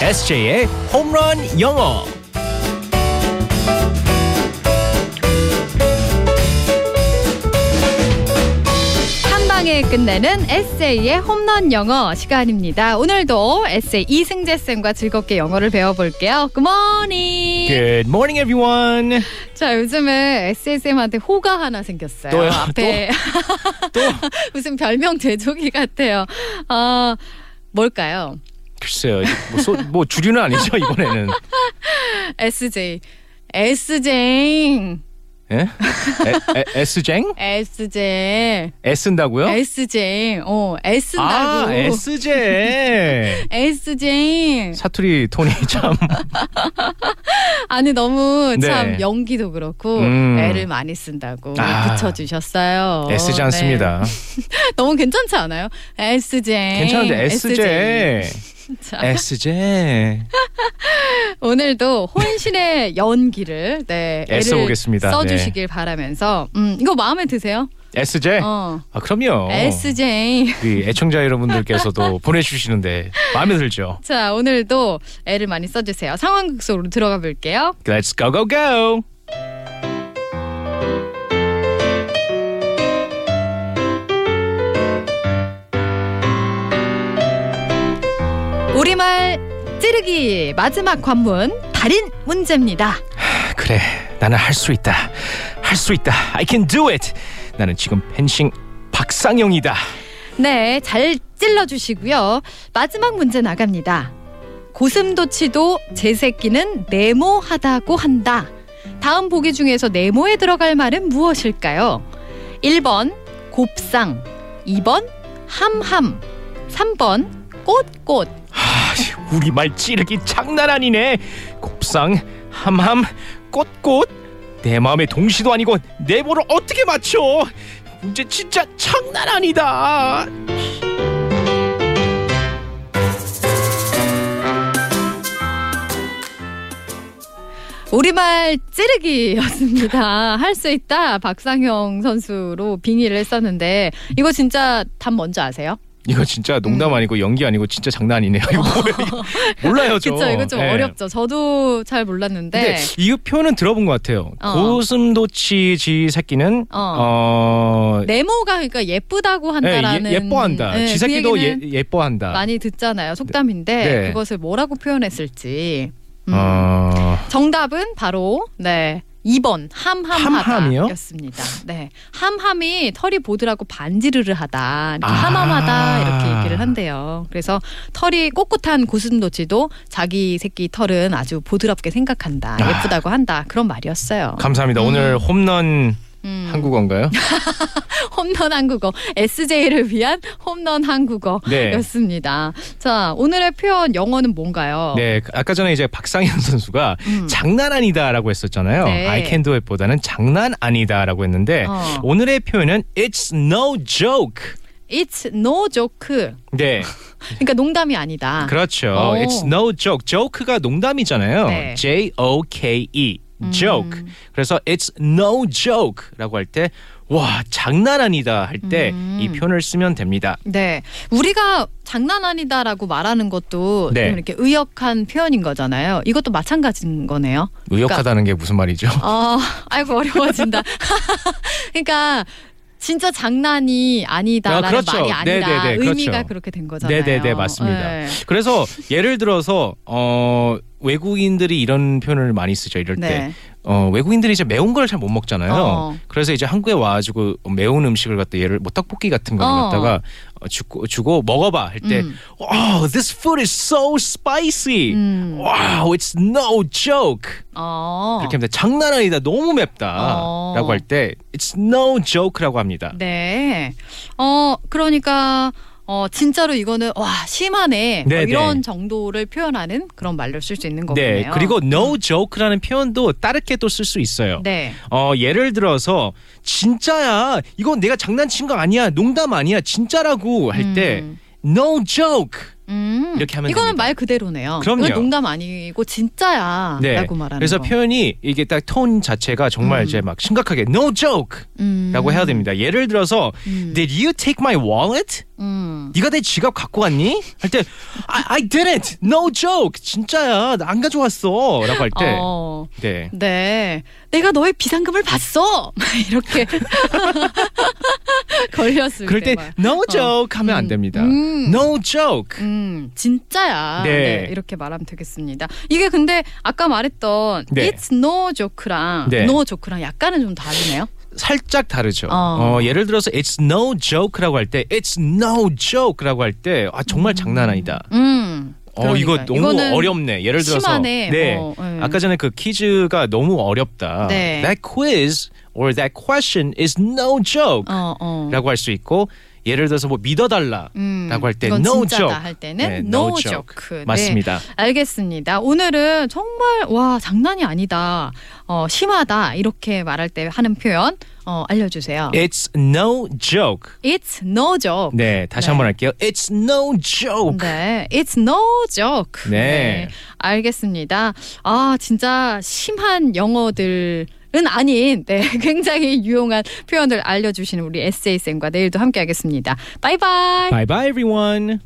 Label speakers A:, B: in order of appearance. A: SJ의 홈런 영어.
B: 한 방에 끝내는 에세이의 홈런 영어 시간입니다. 오늘도 에세이 이승재 쌤과 즐겁게 영어를 배워볼게요. 굿모닝.
A: Good morning, everyone.
B: 자 요즘에 에세이 쌤한테 호가 하나 생겼어요.
A: 또요?
B: 앞에
A: 또
B: 무슨 별명 돼지기 같아요. 아 뭘까요?
A: 글쎄요, 뭐, 소, 뭐 주류는 아니죠 이번에는.
B: SJ. SJ.
A: 예? 에, 에, S쟁?
B: SJ.
A: S쓴다고요?
B: SJ. 어, S다고.
A: 아, S쟁.
B: SJ.
A: 사투리 톤이 참.
B: 아니 너무
A: 네.
B: 참 연기도 그렇고
A: 음.
B: 애를 많이 쓴다고
A: 아.
B: 붙여주셨어요.
A: S지
B: 네.
A: 않습니다.
B: 너무 괜찮지 않아요? SJ.
A: 괜찮은데 S쟁.
B: 네. 자,
A: S쟁.
B: 오늘도 혼신의 연기를 네, 애를
A: 애써보겠습니다. 네.
B: 써주시길 바라면서 음, 이거 마음에 드세요?
A: S쟁.
B: 어.
A: 아, 그럼요.
B: SJ.
A: 우리 애청자 여러분들께서도 보내주시는데 마음에 들죠.
B: 자 오늘도 애를 많이 써주세요. 상황극 속으로 들어가 볼게요.
A: Let's go go go.
B: 우리말 찌르기 마지막 관문 달인 문제입니다.
A: 그래, 나는 할 수 있다. 할 수 있다. I can do it. 나는 지금 펜싱 박상영이다.
B: 네, 잘 찔러주시고요. 마지막 문제 나갑니다. 고슴도치도 제 새끼는 네모하다고 한다. 다음 보기 중에서 네모에 들어갈 말은 무엇일까요? 1번 곱상, 2번 함함, 3번 꽃꽃.
A: 아, 우리 말 찌르기 장난 아니네. 곱상, 함함, 꽃꽃. 내 마음의 동시도 아니고 내모를 어떻게 맞춰? 문제 진짜 장난 아니다.
B: 우리말 찌르기였습니다. 할 수 있다. 박상영 선수로 빙의를 했었는데 이거 진짜 답 뭔지 아세요?
A: 이거 진짜
B: 음.
A: 농담 아니고 연기 아니고 진짜 장난 아니네요. 이거 뭐예요? 몰라요, 저.
B: 그쵸 이거 좀
A: 예.
B: 어렵죠. 저도 잘 몰랐는데.
A: 근데 이 표현은 들어본 것 같아요.
B: 어.
A: 고슴도치 지 새끼는 어,
B: 네모가 그러니까 예쁘다고 한다라는
A: 예, 뻐한다
B: 네,
A: 지
B: 그
A: 새끼도 예,
B: 얘기는
A: 예뻐한다.
B: 많이 듣잖아요 속담인데
A: 네. 네.
B: 그것을 뭐라고 표현했을지 음.
A: 어,
B: 정답은 바로 네 2번
A: 함함이요?
B: 함함하다였습니다. 네 함함이 털이 보드라고 반지르르 하다 이렇게
A: 아.
B: 함함하다 이렇게 얘기를 한대요. 그래서 털이 꼿꼿한 고슴도치도 자기 새끼 털은 아주 보드럽게 생각한다
A: 아.
B: 예쁘다고 한다 그런 말이었어요.
A: 감사합니다. 오늘 홈런
B: 음.
A: 한국어인가요?
B: 홈런 한국어 SJ를 위한 홈런
A: 네.
B: 한국어였습니다. 자 오늘의 표현 영어는 뭔가요?
A: 네, 아까 전에 이제 박상현 선수가
B: 음.
A: 장난 아니다라고 했었잖아요.
B: 네.
A: I can do it보다는 장난 아니다라고 했는데
B: 어.
A: 네. 오늘의 표현은 it's no joke.
B: It's no joke.
A: 네,
B: 그러니까 농담이 아니다.
A: 그렇죠.
B: 오.
A: It's no joke. joke가 농담이잖아요.
B: 네. 음.
A: J O K E. joke. 그래서 it's no joke라고 할 때 와, 장난 아니다 할 때 이
B: 음.
A: 표현을 쓰면 됩니다.
B: 네, 우리가 장난 아니다라고 말하는 것도
A: 네.
B: 좀 이렇게 의역한 표현인 거잖아요. 이것도 마찬가지인 거네요.
A: 의역하다는 게 무슨 말이죠?
B: 어, 아이고 어려워진다. 그러니까 진짜 장난이 아니다라는
A: 아, 그렇죠.
B: 말이 아니라
A: 네네네, 그렇죠.
B: 의미가 그렇게된 거잖아요.
A: 네네네, 맞습니다.
B: 네.
A: 그래서 예를 들어서 어 외국인들이 이런 표현을 많이 쓰죠. 이럴 때.
B: 네.
A: 어, 외국인들이 이제 매운 걸 잘 못 먹잖아요.
B: 어.
A: 그래서 이제 한국에 와 가지고 매운 음식을 갖다 예를 뭐 떡볶이 같은 걸
B: 어.
A: 갖다가 어, 주고 주고 먹어 봐 할 때
B: 음.
A: "Oh, this food is so spicy."
B: 음.
A: Wow, it's no joke.
B: 어.
A: 이렇게 하면 장난 아니다. 너무
B: 어.
A: 맵다라고 할 때 it's no joke라고 합니다.
B: 네. 어, 그러니까 어, 진짜로 이거는 와, 심하네. 뭐
A: 네, 네.
B: 이런 정도를 표현하는 그런 말로 쓸 수
A: 네,
B: 있는 거네요. 음.
A: 그리고 no joke라는 표현도 다르게 또 쓸 수 있어요.
B: 네.
A: 어, 예를 들어서 진짜야. 이건 내가 장난친 거 아니야. 농담 아니야. 진짜라고 할 때
B: 음.
A: no joke.
B: 음.
A: 이렇게 하면
B: 이거는
A: 됩니다.
B: 말 그대로네요.
A: 그럼요.
B: 이건 농담 아니고 진짜야라고
A: 네.
B: 말하는
A: 그래서
B: 거.
A: 표현이 이게 딱 톤 자체가 정말
B: 음.
A: 이제 막 심각하게 no joke라고
B: 음.
A: 해야 됩니다. 예를 들어서
B: 음.
A: Did you take my wallet?
B: 음.
A: 네가 내 지갑 갖고 갔니? 할 때 I, I didn't. No joke. 진짜야. 나 안 가져왔어라고 할 때.
B: 어.
A: 네.
B: 네. 내가 너의 비상금을 봤어. 막 이렇게 걸렸을
A: 그럴 때
B: 막.
A: no joke 하면 안
B: 네. 음.
A: 됩니다.
B: 음.
A: No joke.
B: 음, 진짜야.
A: 네.
B: 네, 이렇게 말하면 되겠습니다. 이게 근데 아까 말했던
A: 네.
B: it's no joke랑
A: 네.
B: no joke랑 약간은 좀 다르네요.
A: 살짝 다르죠.
B: 어.
A: 어, 예를 들어서 it's no joke라고 할 때 it's no joke라고 할 때 아, 정말 장난 아니다.
B: 음.
A: 어 이거
B: 그러니까요.
A: 너무
B: 이거는
A: 어렵네. 예를 들어서
B: 심하네.
A: 네.
B: 어, 네.
A: 아까 전에 그 퀴즈가 너무 어렵다.
B: 네.
A: That quiz or that question is no joke라고
B: 어, 어.
A: 할 수 있고 예를 들어서 뭐 믿어달라.
B: 음,
A: 라고 할때
B: 이건
A: no
B: 진짜다
A: joke.
B: 할 때는
A: 네,
B: no,
A: no
B: joke.
A: joke.
B: 네,
A: 맞습니다.
B: 알겠습니다. 오늘은 정말 와 장난이 아니다. 어, 심하다 이렇게 말할 때 하는 표현 어, 알려주세요.
A: It's no joke.
B: It's no joke.
A: 네, 다시
B: 네.
A: 한번 할게요. It's no joke.
B: 네, it's no joke.
A: 네.
B: 알겠습니다. 아, 진짜 심한 영어들은 아닌, 네, 굉장히 유용한 표현들 알려주시는 우리 에세이 쌤과 내일도 함께하겠습니다. 바이바이.
A: Bye bye everyone.